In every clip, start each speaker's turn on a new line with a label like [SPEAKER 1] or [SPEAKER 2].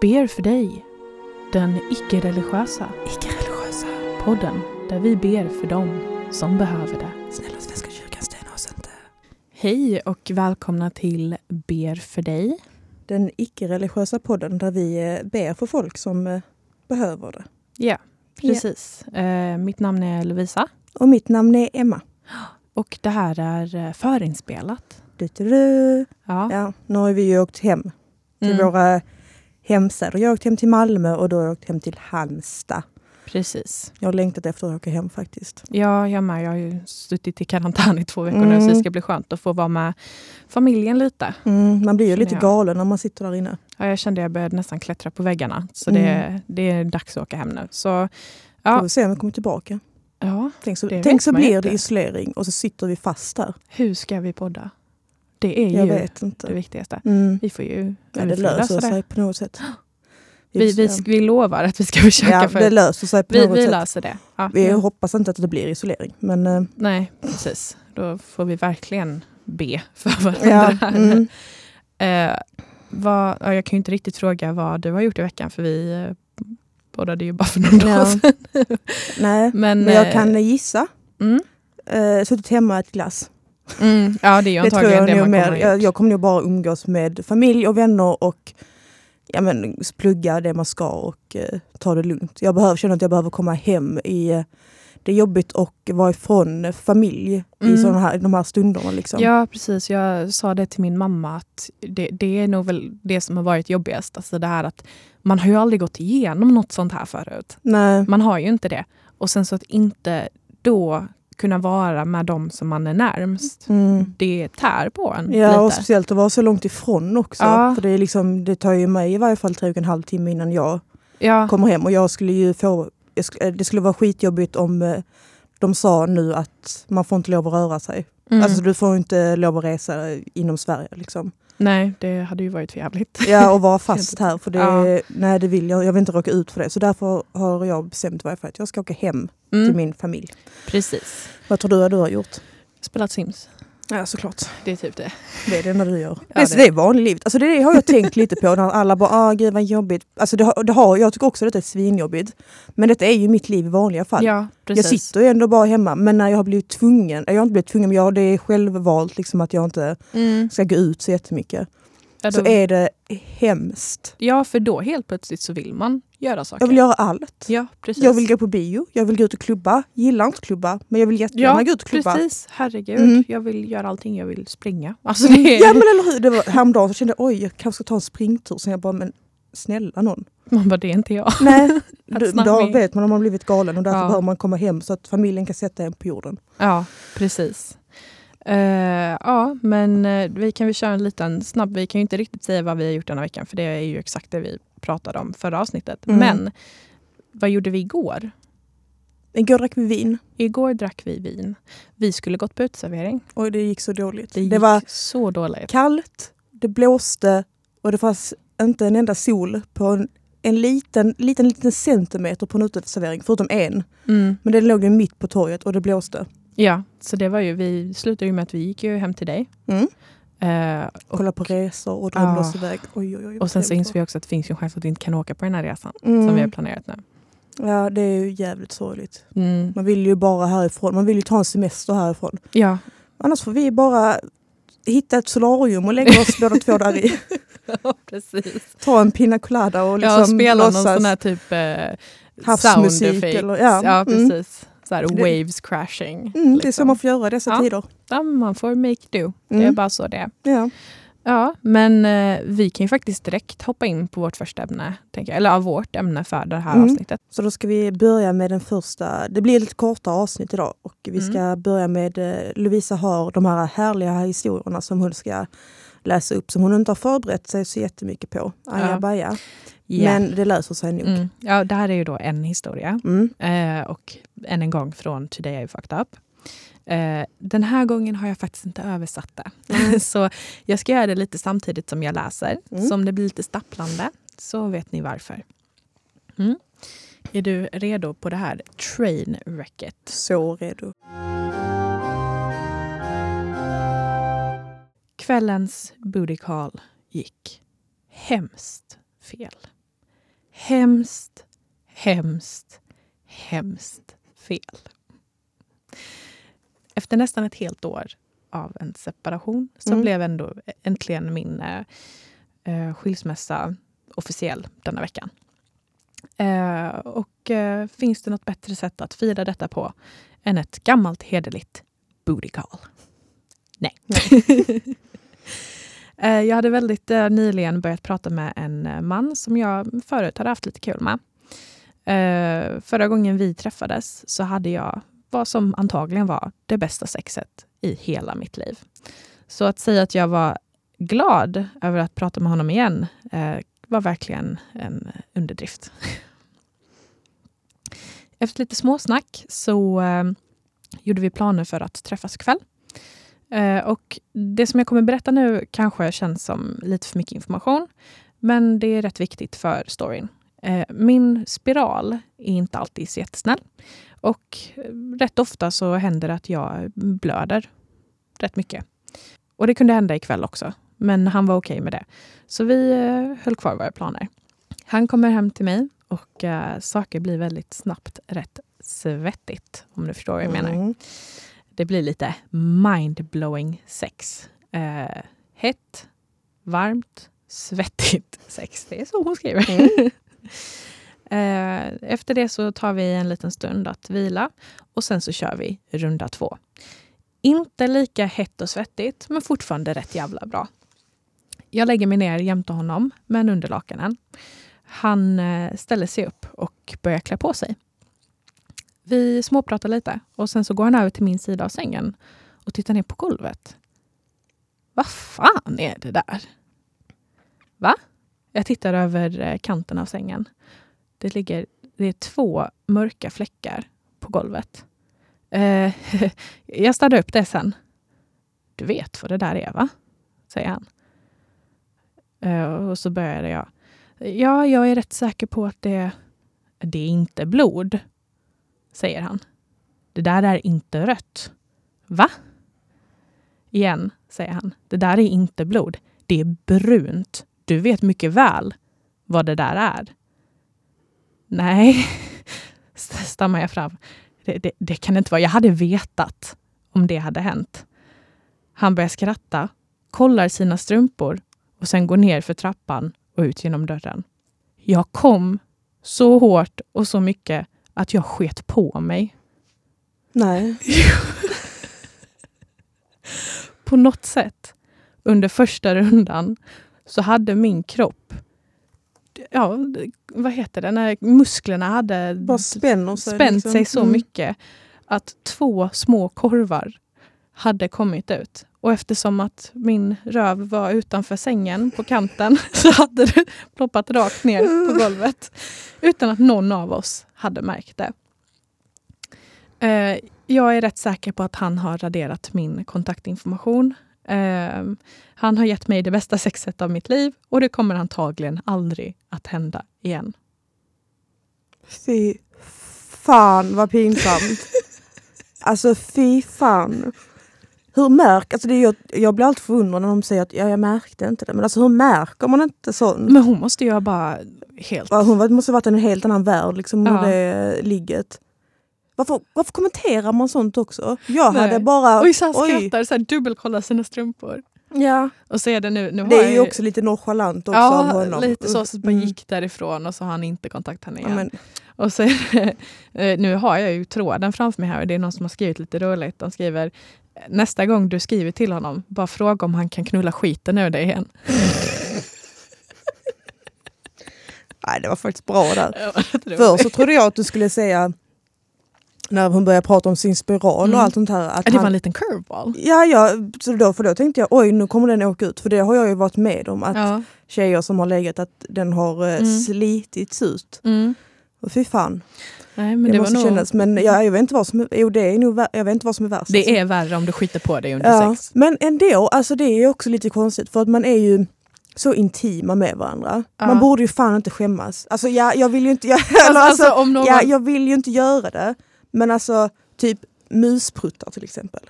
[SPEAKER 1] ber för dig, den icke-religiösa
[SPEAKER 2] Icke-religiösa.
[SPEAKER 1] podden där vi ber för dem som behöver det.
[SPEAKER 2] Snälla Svenska kyrkan, stäna oss inte.
[SPEAKER 1] Hej och välkomna till Ber för dig.
[SPEAKER 2] Den icke-religiösa podden där vi eh, ber för folk som eh, behöver det.
[SPEAKER 1] Ja, precis. Eh, mitt namn är Lovisa
[SPEAKER 2] Och mitt namn är Emma.
[SPEAKER 1] och det här är eh, förinspelat.
[SPEAKER 2] Du, du, du.
[SPEAKER 1] Ja.
[SPEAKER 2] Ja, nu har vi ju åkt hem till
[SPEAKER 1] Mm,
[SPEAKER 2] våra hemstäder. Jag har åkt hem till Malmö och då har jag åkt hem till Halmstad.
[SPEAKER 1] Precis.
[SPEAKER 2] Jag har längtat efter att åka hem faktiskt.
[SPEAKER 1] Ja, jag med. Jag har ju suttit i karantän i två veckor nu
[SPEAKER 2] Mm.
[SPEAKER 1] så det ska bli skönt att få vara med familjen lite.
[SPEAKER 2] Mm, man blir ju
[SPEAKER 1] Känner
[SPEAKER 2] lite
[SPEAKER 1] jag.
[SPEAKER 2] galen när man sitter där inne.
[SPEAKER 1] Ja, jag kände att jag började nästan klättra på väggarna. Så det,
[SPEAKER 2] Mm.
[SPEAKER 1] det är dags att åka hem nu. Så,
[SPEAKER 2] Ja.
[SPEAKER 1] Ja.
[SPEAKER 2] Får vi se om vi kommer tillbaka.
[SPEAKER 1] ja,
[SPEAKER 2] Tänk
[SPEAKER 1] Det
[SPEAKER 2] så,
[SPEAKER 1] vet
[SPEAKER 2] tänk så
[SPEAKER 1] man ju
[SPEAKER 2] blir
[SPEAKER 1] inte.
[SPEAKER 2] det isolering och så sitter vi fast där.
[SPEAKER 1] hur ska vi podda? Det är
[SPEAKER 2] Jag
[SPEAKER 1] ju
[SPEAKER 2] vet inte.
[SPEAKER 1] det viktigaste.
[SPEAKER 2] Mm.
[SPEAKER 1] Vi får ju
[SPEAKER 2] Ja,
[SPEAKER 1] vi
[SPEAKER 2] det
[SPEAKER 1] får
[SPEAKER 2] löser sig på något sätt.
[SPEAKER 1] Vi, vi, sk- vi lovar att vi ska försöka.
[SPEAKER 2] ja,
[SPEAKER 1] för,
[SPEAKER 2] det löser sig på
[SPEAKER 1] vi,
[SPEAKER 2] något
[SPEAKER 1] vi
[SPEAKER 2] sätt.
[SPEAKER 1] löser det. Ja.
[SPEAKER 2] Vi hoppas inte att det blir isolering. Men, eh,
[SPEAKER 1] Nej, precis. Då får vi verkligen be för varandra.
[SPEAKER 2] ja, mm,
[SPEAKER 1] Eh, vad, ja, jag kan ju inte riktigt fråga vad du har gjort i veckan för vi eh, poddade ju bara för någon
[SPEAKER 2] Ja.
[SPEAKER 1] dag sedan.
[SPEAKER 2] nej.
[SPEAKER 1] Men,
[SPEAKER 2] Men jag
[SPEAKER 1] eh,
[SPEAKER 2] kan gissa.
[SPEAKER 1] Mm,
[SPEAKER 2] Eh, suttit hemma och ätit glass.
[SPEAKER 1] mm, ja, det är ju
[SPEAKER 2] Det tror
[SPEAKER 1] antagligen
[SPEAKER 2] jag,
[SPEAKER 1] det,
[SPEAKER 2] nog
[SPEAKER 1] man
[SPEAKER 2] mer.
[SPEAKER 1] kommer
[SPEAKER 2] Jag,
[SPEAKER 1] att
[SPEAKER 2] jag kommer nog bara umgås med familj och vänner och ja, men, plugga det man ska och eh, ta det lugnt. Jag behöver, känner att jag behöver komma hem i eh, det är jobbigt att vara ifrån familj i,
[SPEAKER 1] Mm.
[SPEAKER 2] såna här, i de här stunderna. Liksom.
[SPEAKER 1] Ja, precis. Jag sa det till min mamma att det, det är nog väl det som har varit jobbigast. Alltså det här att man har ju aldrig gått igenom något sånt här förut.
[SPEAKER 2] Nej.
[SPEAKER 1] Man har ju inte det. Och sen så att inte då kunna vara med dem som man är närmst.
[SPEAKER 2] Mm.
[SPEAKER 1] Det tär på en
[SPEAKER 2] Ja, och
[SPEAKER 1] lite.
[SPEAKER 2] speciellt att vara så långt ifrån också.
[SPEAKER 1] Ja.
[SPEAKER 2] För det, är liksom, det tar ju mig i varje fall tre och en halv timme innan jag
[SPEAKER 1] Ja,
[SPEAKER 2] kommer hem. Och jag skulle ju få, jag sk- eh, det skulle vara skitjobbigt om eh, de sa nu att man får inte lov att röra sig.
[SPEAKER 1] mm.
[SPEAKER 2] Alltså du får inte lov att resa eh, inom Sverige. Liksom.
[SPEAKER 1] Nej, det hade ju varit för jävligt.
[SPEAKER 2] Ja, och vara fast här. För det,
[SPEAKER 1] Ja.
[SPEAKER 2] Nej, det vill jag. Jag vill inte råka ut för det. Så därför har jag bestämt i varje fall att jag ska åka hem till
[SPEAKER 1] Mm.
[SPEAKER 2] min familj.
[SPEAKER 1] Precis.
[SPEAKER 2] Vad tror du att du har gjort?
[SPEAKER 1] Spelat Sims.
[SPEAKER 2] Ja, såklart.
[SPEAKER 1] Det är typ det.
[SPEAKER 2] Det är det enda du gör.
[SPEAKER 1] Ja,
[SPEAKER 2] det,
[SPEAKER 1] det-
[SPEAKER 2] är, det är vanligt livet. Alltså det har jag tänkt lite på när alla bara ah, gud vad jobbigt. Alltså det har, det har, jag tycker också att detta är svinjobbigt. Men detta är ju mitt liv i vanliga fall.
[SPEAKER 1] Ja,
[SPEAKER 2] jag
[SPEAKER 1] precis.
[SPEAKER 2] sitter ju ändå bara hemma. Men när jag har blivit tvungen, jag har inte blivit tvungen men jag, det är självvalt liksom att jag inte
[SPEAKER 1] Mm.
[SPEAKER 2] ska gå ut så jättemycket.
[SPEAKER 1] Ja,
[SPEAKER 2] Så
[SPEAKER 1] då,
[SPEAKER 2] är det hemskt.
[SPEAKER 1] ja, för då helt plötsligt så vill man göra saker.
[SPEAKER 2] Jag vill göra allt.
[SPEAKER 1] Ja, precis.
[SPEAKER 2] Jag vill gå på bio, jag vill gå ut och klubba. Gillar inte klubba, men jag vill jättegärna
[SPEAKER 1] Ja,
[SPEAKER 2] gå ut och klubba.
[SPEAKER 1] Precis, herregud.
[SPEAKER 2] Mm.
[SPEAKER 1] Jag vill göra allting, jag vill springa. Alltså det är,
[SPEAKER 2] Ja men eller hur, det var, häromdagen så kände jag oj jag kanske ska ta en springtur. Sen jag bara men snälla någon.
[SPEAKER 1] Man bara, det är inte jag.
[SPEAKER 2] Nej, du,
[SPEAKER 1] snabbt
[SPEAKER 2] då
[SPEAKER 1] med.
[SPEAKER 2] vet man om man har blivit galen och därför
[SPEAKER 1] Ja.
[SPEAKER 2] behöver man komma hem så att familjen kan sätta en på jorden.
[SPEAKER 1] Ja, precis. Eh, ja, men eh, vi kan väl köra en liten snabb. Vi kan ju inte riktigt säga vad vi har gjort denna veckan för det är ju exakt det vi pratade om förra avsnittet.
[SPEAKER 2] Mm.
[SPEAKER 1] Men vad gjorde vi igår?
[SPEAKER 2] Igår drack vi vin.
[SPEAKER 1] Igår drack vi vin. Vi skulle gått på uteservering.
[SPEAKER 2] Oj, det gick så dåligt.
[SPEAKER 1] Det,
[SPEAKER 2] Det,
[SPEAKER 1] gick
[SPEAKER 2] var
[SPEAKER 1] så dåligt.
[SPEAKER 2] kallt, det blåste och det fanns inte en enda sol på en, en liten, liten, liten centimeter på en uteservering, förutom en.
[SPEAKER 1] Mm.
[SPEAKER 2] Men den låg ju mitt på torget och det blåste.
[SPEAKER 1] Ja, så det var ju, vi slutade ju med att vi gick ju hem till dig.
[SPEAKER 2] Mm.
[SPEAKER 1] Eh, och,
[SPEAKER 2] Kolla på resor och drömde
[SPEAKER 1] Ja.
[SPEAKER 2] oss iväg. Oj, oj, oj,
[SPEAKER 1] och sen så insåg vi också att det finns ju en chans att vi inte kan åka på den här resan som
[SPEAKER 2] Mm.
[SPEAKER 1] vi har planerat nu.
[SPEAKER 2] Ja, det är ju jävligt sorgligt.
[SPEAKER 1] Mm.
[SPEAKER 2] Man vill ju bara härifrån. Man vill ju ta en semester härifrån.
[SPEAKER 1] Ja,
[SPEAKER 2] Annars får vi bara hitta ett solarium och lägga oss båda två där i.
[SPEAKER 1] precis.
[SPEAKER 2] Ta en pina colada och liksom
[SPEAKER 1] ja, spela någon
[SPEAKER 2] låtsas.
[SPEAKER 1] sån här typ eh, sound
[SPEAKER 2] Havsmusik
[SPEAKER 1] effects.
[SPEAKER 2] eller-
[SPEAKER 1] ja.
[SPEAKER 2] ja, mm.
[SPEAKER 1] precis. Så här,
[SPEAKER 2] Det-
[SPEAKER 1] waves crashing.
[SPEAKER 2] Mm, Det är så
[SPEAKER 1] liksom.
[SPEAKER 2] man får göra i dessa
[SPEAKER 1] Ja.
[SPEAKER 2] tider.
[SPEAKER 1] ja, man får make do. Det är
[SPEAKER 2] Mm.
[SPEAKER 1] bara så det är.
[SPEAKER 2] Ja.
[SPEAKER 1] Ja, men eh, vi kan ju faktiskt direkt hoppa in på vårt första ämne. Tänker jag. Eller av vårt ämne för det här
[SPEAKER 2] Mm.
[SPEAKER 1] avsnittet.
[SPEAKER 2] Så då ska vi börja med den första. Det blir lite korta avsnitt idag och vi
[SPEAKER 1] Mm.
[SPEAKER 2] ska börja med eh, Lovisa har de här härliga historierna som hon ska läsa upp som hon inte har förberett sig så jättemycket på. Ajabaja.
[SPEAKER 1] Ja.
[SPEAKER 2] Men det löser sig nog. Mm.
[SPEAKER 1] Mm. Ja, det här är ju då en historia. Eh, och än en gång från Today I fucked up. Eh, den här gången har jag faktiskt inte översatt det. så jag ska göra det lite samtidigt som jag läser.
[SPEAKER 2] Mm.
[SPEAKER 1] Så om det blir lite stapplande så vet ni varför. Mm. Är du redo på det här trainwrecket?
[SPEAKER 2] Så redo.
[SPEAKER 1] Kvällens booty call gick hemskt fel. hemskt, hemskt, hemskt fel. Efter nästan ett helt år av en separation så
[SPEAKER 2] Mm.
[SPEAKER 1] blev ändå äntligen min eh, skilsmässa officiell denna veckan. Eh, och eh, finns det något bättre sätt att fira detta på än ett gammalt hederligt booty call? Nej. Eh, jag hade väldigt eh, nyligen börjat prata med en eh, man som jag förut hade haft lite kul med. Eh, förra gången vi träffades så hade jag vad som antagligen var det bästa sexet i hela mitt liv. Så att säga att jag var glad över att prata med honom igen eh, var verkligen en underdrift. Efter lite småsnack så eh, gjorde vi planer för att träffas ikväll. Eh, och det som jag kommer berätta nu kanske känns som lite för mycket information, men det är rätt viktigt för storyn. Eh, min spiral är inte alltid så jättesnäll och eh, rätt ofta så händer det att jag blöder rätt mycket. Och det kunde hända ikväll också, men han var okej med det. Så vi eh, höll kvar våra planer. Han kommer hem till mig och eh, saker blir väldigt snabbt rätt svettigt, om du förstår vad jag menar.
[SPEAKER 2] Mm.
[SPEAKER 1] Det blir lite mind-blowing sex. Eh, hett, varmt, svettigt sex. Det är så hon skriver. eh, efter det så tar vi en liten stund att vila och sen så kör vi runda två. Inte lika hett och svettigt, men fortfarande rätt jävla bra. Jag lägger mig ner jämte honom, men under lakanen. Han eh, ställer sig upp och börjar klä på sig. Vi småpratar lite och sen så går han över till min sida av sängen och tittar ner på golvet. Vad fan är det där? Va? Jag tittar över eh, kanten av sängen. Det ligger det är två mörka fläckar på golvet. Eh, jag städar upp det sen. Du vet vad det där är, va? säger han. Eh, och så börjar jag. Ja, jag är rätt säker på att det, det är inte blod säger han. Det där är inte rött. Va? Igen, säger han. Det där är inte blod. Det är brunt. Du vet mycket väl vad det där är. Nej, stammar jag fram. Det, det, det kan det inte vara. Jag hade vetat om det hade hänt. Han börjar skratta, kollar sina strumpor och sen går ner för trappan och ut genom dörren. Jag kom så hårt och så mycket att jag sket på mig.
[SPEAKER 2] Nej.
[SPEAKER 1] På något sätt, under första rundan, så hade min kropp... Ja, vad heter det? När musklerna hade
[SPEAKER 2] Bara spänner sig.
[SPEAKER 1] spänt
[SPEAKER 2] liksom.
[SPEAKER 1] sig så
[SPEAKER 2] Mm.
[SPEAKER 1] mycket att två små korvar hade kommit ut. Och eftersom att min röv var utanför sängen på kanten så hade det ploppat rakt ner på golvet. Utan att någon av oss hade märkt det. Eh, jag är rätt säker på att han har raderat min kontaktinformation. Eh, han har gett mig det bästa sexet av mitt liv och det kommer antagligen aldrig att hända igen.
[SPEAKER 2] Fy fan vad pinsamt. alltså fy fan. Hur märk, alltså det är, jag, jag blir alltid förundrad när de säger att ja, jag märkte inte det. Men alltså hur märker man inte sånt?
[SPEAKER 1] Men hon måste ju ha bara helt...
[SPEAKER 2] Ja, Hon var- måste ha varit i en helt annan värld, liksom,
[SPEAKER 1] Ja.
[SPEAKER 2] ja. det ligget. Varför, varför kommenterar man sånt också? Jag
[SPEAKER 1] Nej.
[SPEAKER 2] hade bara...
[SPEAKER 1] Oj, så han skrattar, så här, dubbelkollar sina strumpor.
[SPEAKER 2] Ja.
[SPEAKER 1] Och så är det nu, nu har
[SPEAKER 2] Det är
[SPEAKER 1] jag
[SPEAKER 2] ju också lite nonchalant också av
[SPEAKER 1] Ja,
[SPEAKER 2] honom.
[SPEAKER 1] lite så. Så bara
[SPEAKER 2] Mm.
[SPEAKER 1] gick därifrån och så har han inte kontaktat henne
[SPEAKER 2] Ja,
[SPEAKER 1] igen.
[SPEAKER 2] men,
[SPEAKER 1] Och så är det, eh, nu har jag ju tråden framför mig här och det är någon som har skrivit lite roligt. De skriver nästa gång du skriver till honom, bara fråga om han kan knulla skiten ur dig igen.
[SPEAKER 2] nej, det var faktiskt bra där.
[SPEAKER 1] För,
[SPEAKER 2] Först så trodde jag att du skulle säga, när hon började prata om sin spiral
[SPEAKER 1] Mm.
[SPEAKER 2] och allt sånt här. Att
[SPEAKER 1] det var en
[SPEAKER 2] han,
[SPEAKER 1] liten curveball.
[SPEAKER 2] ja, ja, så då, för då tänkte jag oj nu kommer den åka ut. För det har jag ju varit med om, att
[SPEAKER 1] Ja.
[SPEAKER 2] tjejer som har legat att den har eh,
[SPEAKER 1] Mm.
[SPEAKER 2] slitits ut.
[SPEAKER 1] Mm.
[SPEAKER 2] Och fy fan,
[SPEAKER 1] Nej, men
[SPEAKER 2] det,
[SPEAKER 1] det, var
[SPEAKER 2] måste
[SPEAKER 1] nog,
[SPEAKER 2] kännas. Men ja, jag, vet inte vad som, jo, det är nog, vär- jag vet inte vad som är värst. alltså.
[SPEAKER 1] det är värre om du skiter på dig under
[SPEAKER 2] ja.
[SPEAKER 1] sex.
[SPEAKER 2] Men ändå, alltså det är också lite konstigt för att man är ju så intima med varandra.
[SPEAKER 1] Ja.
[SPEAKER 2] Man borde ju fan inte skämmas. Alltså ja, jag vill ju inte... Jag,
[SPEAKER 1] Alltså,
[SPEAKER 2] eller, alltså,
[SPEAKER 1] alltså, om någon,
[SPEAKER 2] Ja, jag vill ju inte göra det. Men alltså, typ muspruttar till exempel.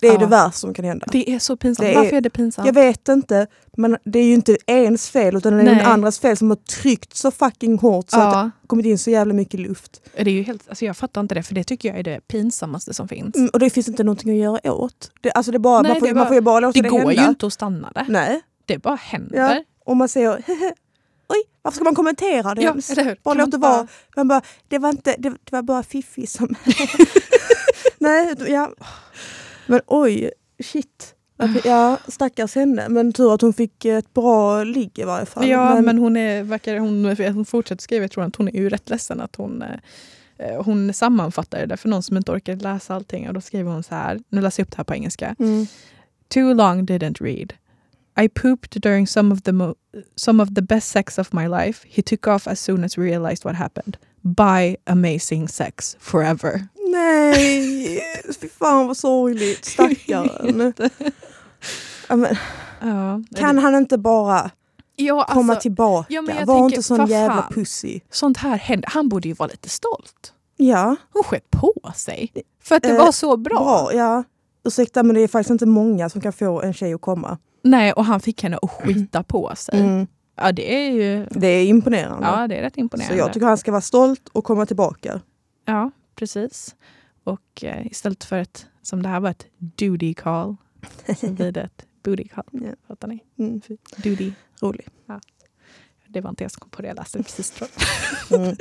[SPEAKER 2] Det är
[SPEAKER 1] Ja.
[SPEAKER 2] det värsta som kan hända.
[SPEAKER 1] Det är så pinsamt.
[SPEAKER 2] Det är-
[SPEAKER 1] Varför är det pinsamt?
[SPEAKER 2] Jag vet inte, men det är ju inte ens fel utan det är
[SPEAKER 1] Nej.
[SPEAKER 2] den andras fel som har tryckt så fucking hårt så att
[SPEAKER 1] ja,
[SPEAKER 2] det kommit in så jävla mycket luft.
[SPEAKER 1] det är ju helt, alltså jag fattar inte det, för det tycker jag är det pinsammaste som finns.
[SPEAKER 2] Mm, och det finns inte någonting att göra åt. Det, alltså det är bara,
[SPEAKER 1] Nej,
[SPEAKER 2] man, får,
[SPEAKER 1] det är
[SPEAKER 2] man
[SPEAKER 1] bara-
[SPEAKER 2] får ju bara låta
[SPEAKER 1] Det
[SPEAKER 2] det,
[SPEAKER 1] går
[SPEAKER 2] hända.
[SPEAKER 1] ju inte att stanna där.
[SPEAKER 2] Nej.
[SPEAKER 1] Det bara händer.
[SPEAKER 2] Ja. Och man säger oj, varför ska man kommentera det?
[SPEAKER 1] Ja,
[SPEAKER 2] ens?
[SPEAKER 1] eller hur?
[SPEAKER 2] Bara
[SPEAKER 1] Kan
[SPEAKER 2] låt
[SPEAKER 1] man
[SPEAKER 2] det
[SPEAKER 1] bara-
[SPEAKER 2] vara. Man bara, det var, inte, det, det var bara Fifi som... Nej, ja. Men oj, shit. Varför- Ja, stackars henne. Men tur att hon fick ett bra ligg i varje fall.
[SPEAKER 1] Ja, men, hon, är, verkar, hon, hon fortsätter skriva, jag tror att hon är ju rätt ledsen att hon, eh, hon sammanfattar det där för någon som inte orkar läsa allting. Och då skriver hon så här, nu läser jag upp det här på engelska.
[SPEAKER 2] Mm.
[SPEAKER 1] Too long didn't read. I pooped during some of the mo- some of the best sex of my life. He took off as soon as realized what happened. By amazing sex forever.
[SPEAKER 2] Nej, fy fan vad sorgligt. Stackaren. Ja, men,
[SPEAKER 1] Ja,
[SPEAKER 2] kan han inte bara
[SPEAKER 1] ja,
[SPEAKER 2] komma
[SPEAKER 1] alltså,
[SPEAKER 2] tillbaka?
[SPEAKER 1] ja, men jag
[SPEAKER 2] Var
[SPEAKER 1] tänker,
[SPEAKER 2] inte sån
[SPEAKER 1] vad
[SPEAKER 2] jävla
[SPEAKER 1] fan.
[SPEAKER 2] pussy.
[SPEAKER 1] Sånt här händer. Han borde ju vara lite stolt.
[SPEAKER 2] Ja,
[SPEAKER 1] Hon sket på sig. För att det
[SPEAKER 2] Eh,
[SPEAKER 1] var så bra.
[SPEAKER 2] bra. ja. Ursäkta men det är faktiskt inte många som kan få en tjej att komma.
[SPEAKER 1] Nej, och han fick henne att
[SPEAKER 2] Mm.
[SPEAKER 1] skita på sig. Ja, det är ju
[SPEAKER 2] Det är imponerande.
[SPEAKER 1] ja, det är rätt imponerande.
[SPEAKER 2] Så jag tycker han ska vara stolt och komma tillbaka.
[SPEAKER 1] Ja, precis. Och eh, istället för ett, som det här var ett duty call, så blir det ett booty call.
[SPEAKER 2] Ja.
[SPEAKER 1] Fattar ni?
[SPEAKER 2] Mm.
[SPEAKER 1] Duty.
[SPEAKER 2] Rolig.
[SPEAKER 1] Det var inte jag som kom på det, jag läste det precis tror jag.
[SPEAKER 2] Mm.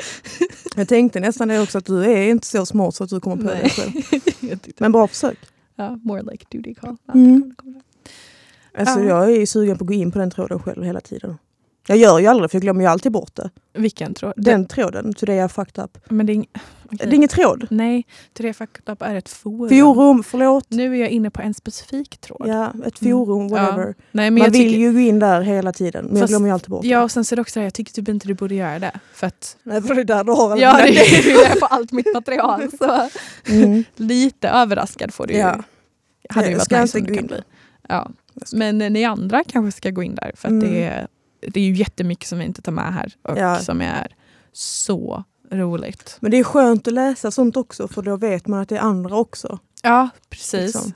[SPEAKER 2] Jag tänkte nästan det också att du är inte så smart så att du kommer på
[SPEAKER 1] Nej.
[SPEAKER 2] det själv.
[SPEAKER 1] jag. tyckte-
[SPEAKER 2] Men bra försök.
[SPEAKER 1] ja, more like duty call. Ja,
[SPEAKER 2] Mm.
[SPEAKER 1] det kom- det kom där.
[SPEAKER 2] Alltså,
[SPEAKER 1] Ja.
[SPEAKER 2] Jag är ju sugen på att gå in på den tråden själv hela tiden. Jag gör ju aldrig för jag glömmer ju alltid bort det.
[SPEAKER 1] Vilken tråd?
[SPEAKER 2] Den tråden, to day I fucked up.
[SPEAKER 1] Det, men det är, ing- okej.
[SPEAKER 2] Det är ingen tråd.
[SPEAKER 1] Nej, Tre Fucked Up är ett forum.
[SPEAKER 2] Forum, förlåt.
[SPEAKER 1] Nu är jag inne på en specifik tråd.
[SPEAKER 2] Ja, ett forum, whatever.
[SPEAKER 1] Nej, Mm. men
[SPEAKER 2] Man
[SPEAKER 1] jag
[SPEAKER 2] vill
[SPEAKER 1] tycker,
[SPEAKER 2] ju gå in där hela tiden men jag
[SPEAKER 1] Fast-
[SPEAKER 2] glömmer ju alltid bort
[SPEAKER 1] Ja,
[SPEAKER 2] det.
[SPEAKER 1] och sen så är det också det här, jag tycker typ inte du borde göra det. För att
[SPEAKER 2] Nej, för det är där du har alla
[SPEAKER 1] Ja,
[SPEAKER 2] dina
[SPEAKER 1] det är
[SPEAKER 2] grejer.
[SPEAKER 1] ju det på allt mitt material. Så
[SPEAKER 2] Mm.
[SPEAKER 1] lite överraskad får du ju.
[SPEAKER 2] Ja.
[SPEAKER 1] Hade ju
[SPEAKER 2] Jag
[SPEAKER 1] varit
[SPEAKER 2] ska
[SPEAKER 1] nice om
[SPEAKER 2] inte
[SPEAKER 1] det
[SPEAKER 2] gå
[SPEAKER 1] kan
[SPEAKER 2] in
[SPEAKER 1] bli.
[SPEAKER 2] där.
[SPEAKER 1] Ja.
[SPEAKER 2] Jag ska-
[SPEAKER 1] Men eh, ni andra kanske ska gå in där för att det,
[SPEAKER 2] Mm.
[SPEAKER 1] är, det är ju jättemycket som vi inte tar med här och
[SPEAKER 2] Ja.
[SPEAKER 1] som är så roligt.
[SPEAKER 2] Men det är skönt att läsa sånt också för då vet man att det är andra också.
[SPEAKER 1] Ja, precis.
[SPEAKER 2] Liksom.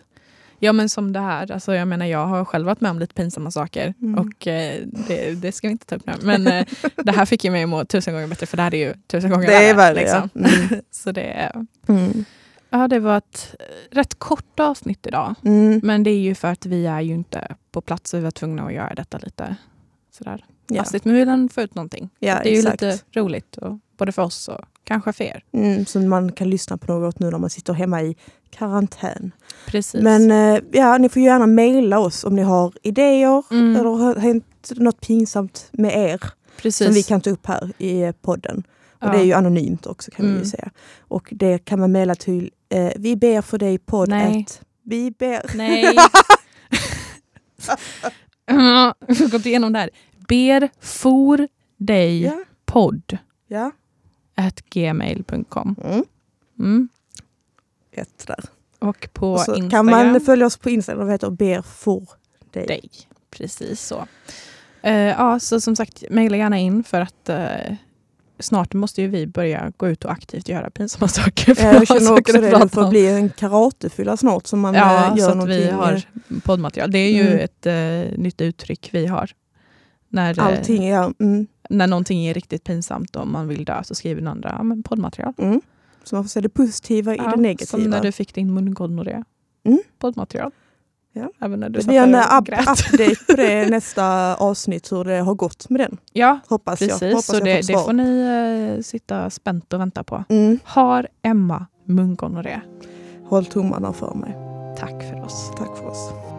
[SPEAKER 1] Ja men som det här, alltså, jag menar jag har själv varit med om lite pinsamma saker
[SPEAKER 2] Mm.
[SPEAKER 1] och eh, det, det ska vi inte ta upp nu. Men eh, det här fick ju mig att må tusen gånger bättre för det här är ju tusen gånger
[SPEAKER 2] Det är värre.
[SPEAKER 1] liksom.
[SPEAKER 2] Ja. Mm.
[SPEAKER 1] Så det, är-
[SPEAKER 2] Mm.
[SPEAKER 1] ja, det var ett eh, rätt kort avsnitt idag.
[SPEAKER 2] Mm.
[SPEAKER 1] Men det är ju för att vi är ju inte på plats så vi var tvungna att göra detta lite sådär
[SPEAKER 2] Ja.
[SPEAKER 1] hastigt. Men vi vill ändå få ut någonting.
[SPEAKER 2] Ja,
[SPEAKER 1] Alltså, det är ju
[SPEAKER 2] exakt.
[SPEAKER 1] lite roligt, och, både för oss och kanske för er.
[SPEAKER 2] Mm, så man kan lyssna på något nu när man sitter hemma i karantän.
[SPEAKER 1] Precis.
[SPEAKER 2] Men eh, ja, ni får gärna mejla oss om ni har idéer
[SPEAKER 1] Mm.
[SPEAKER 2] eller har hänt något pinsamt med er
[SPEAKER 1] Precis.
[SPEAKER 2] som vi kan ta upp här i eh, podden. Och
[SPEAKER 1] Ja.
[SPEAKER 2] det är ju anonymt också kan vi
[SPEAKER 1] Mm.
[SPEAKER 2] ju säga. Och det kan man mejla till eh, vi ber för dig podd
[SPEAKER 1] Nej.
[SPEAKER 2] at- vi ber.
[SPEAKER 1] Nej. Vi har gått igenom det här. Ber for dig
[SPEAKER 2] Ja.
[SPEAKER 1] podd
[SPEAKER 2] ja.
[SPEAKER 1] at gmail.com.
[SPEAKER 2] Mm.
[SPEAKER 1] Mm.
[SPEAKER 2] Rätt där.
[SPEAKER 1] Och på
[SPEAKER 2] Och så
[SPEAKER 1] Instagram.
[SPEAKER 2] Alltså, kan man följa oss på Instagram och heter ber för dig.
[SPEAKER 1] dig. Precis så. Eh, ja, så som sagt, mejla gärna in för att eh, snart måste ju vi börja gå ut och aktivt göra pinsamma saker.
[SPEAKER 2] Eh, Jag
[SPEAKER 1] oss
[SPEAKER 2] känner
[SPEAKER 1] att
[SPEAKER 2] också
[SPEAKER 1] kunna
[SPEAKER 2] det, det
[SPEAKER 1] prata
[SPEAKER 2] får
[SPEAKER 1] om.
[SPEAKER 2] bli en karatefylla snart som man
[SPEAKER 1] Ja,
[SPEAKER 2] eh, gör
[SPEAKER 1] så att
[SPEAKER 2] någonting.
[SPEAKER 1] vi har poddmaterial. Det är ju
[SPEAKER 2] Mm.
[SPEAKER 1] ett eh, nytt uttryck vi har. När, eh,
[SPEAKER 2] Allting, ja. Mm,
[SPEAKER 1] när någonting är riktigt pinsamt och man vill dö så skriver den andra ja, men poddmaterial.
[SPEAKER 2] mm. Så man får se det positiva i
[SPEAKER 1] Ja,
[SPEAKER 2] det negativa.
[SPEAKER 1] Som när du fick din mungonorré.
[SPEAKER 2] Mm.
[SPEAKER 1] Poddmaterial.
[SPEAKER 2] Ja.
[SPEAKER 1] Även när du
[SPEAKER 2] det
[SPEAKER 1] satt
[SPEAKER 2] blir en eh,
[SPEAKER 1] där och
[SPEAKER 2] up,
[SPEAKER 1] grät.
[SPEAKER 2] update på det nästa avsnitt, hur det har gått med den.
[SPEAKER 1] Ja,
[SPEAKER 2] Hoppas jag.
[SPEAKER 1] precis.
[SPEAKER 2] Hoppas
[SPEAKER 1] Så
[SPEAKER 2] jag
[SPEAKER 1] det,
[SPEAKER 2] fått
[SPEAKER 1] det
[SPEAKER 2] svar.
[SPEAKER 1] får ni eh, sitta spänt och vänta på.
[SPEAKER 2] Mm.
[SPEAKER 1] Har Emma mungonorré.
[SPEAKER 2] Håll tummarna för mig.
[SPEAKER 1] Tack för oss.
[SPEAKER 2] Tack för oss.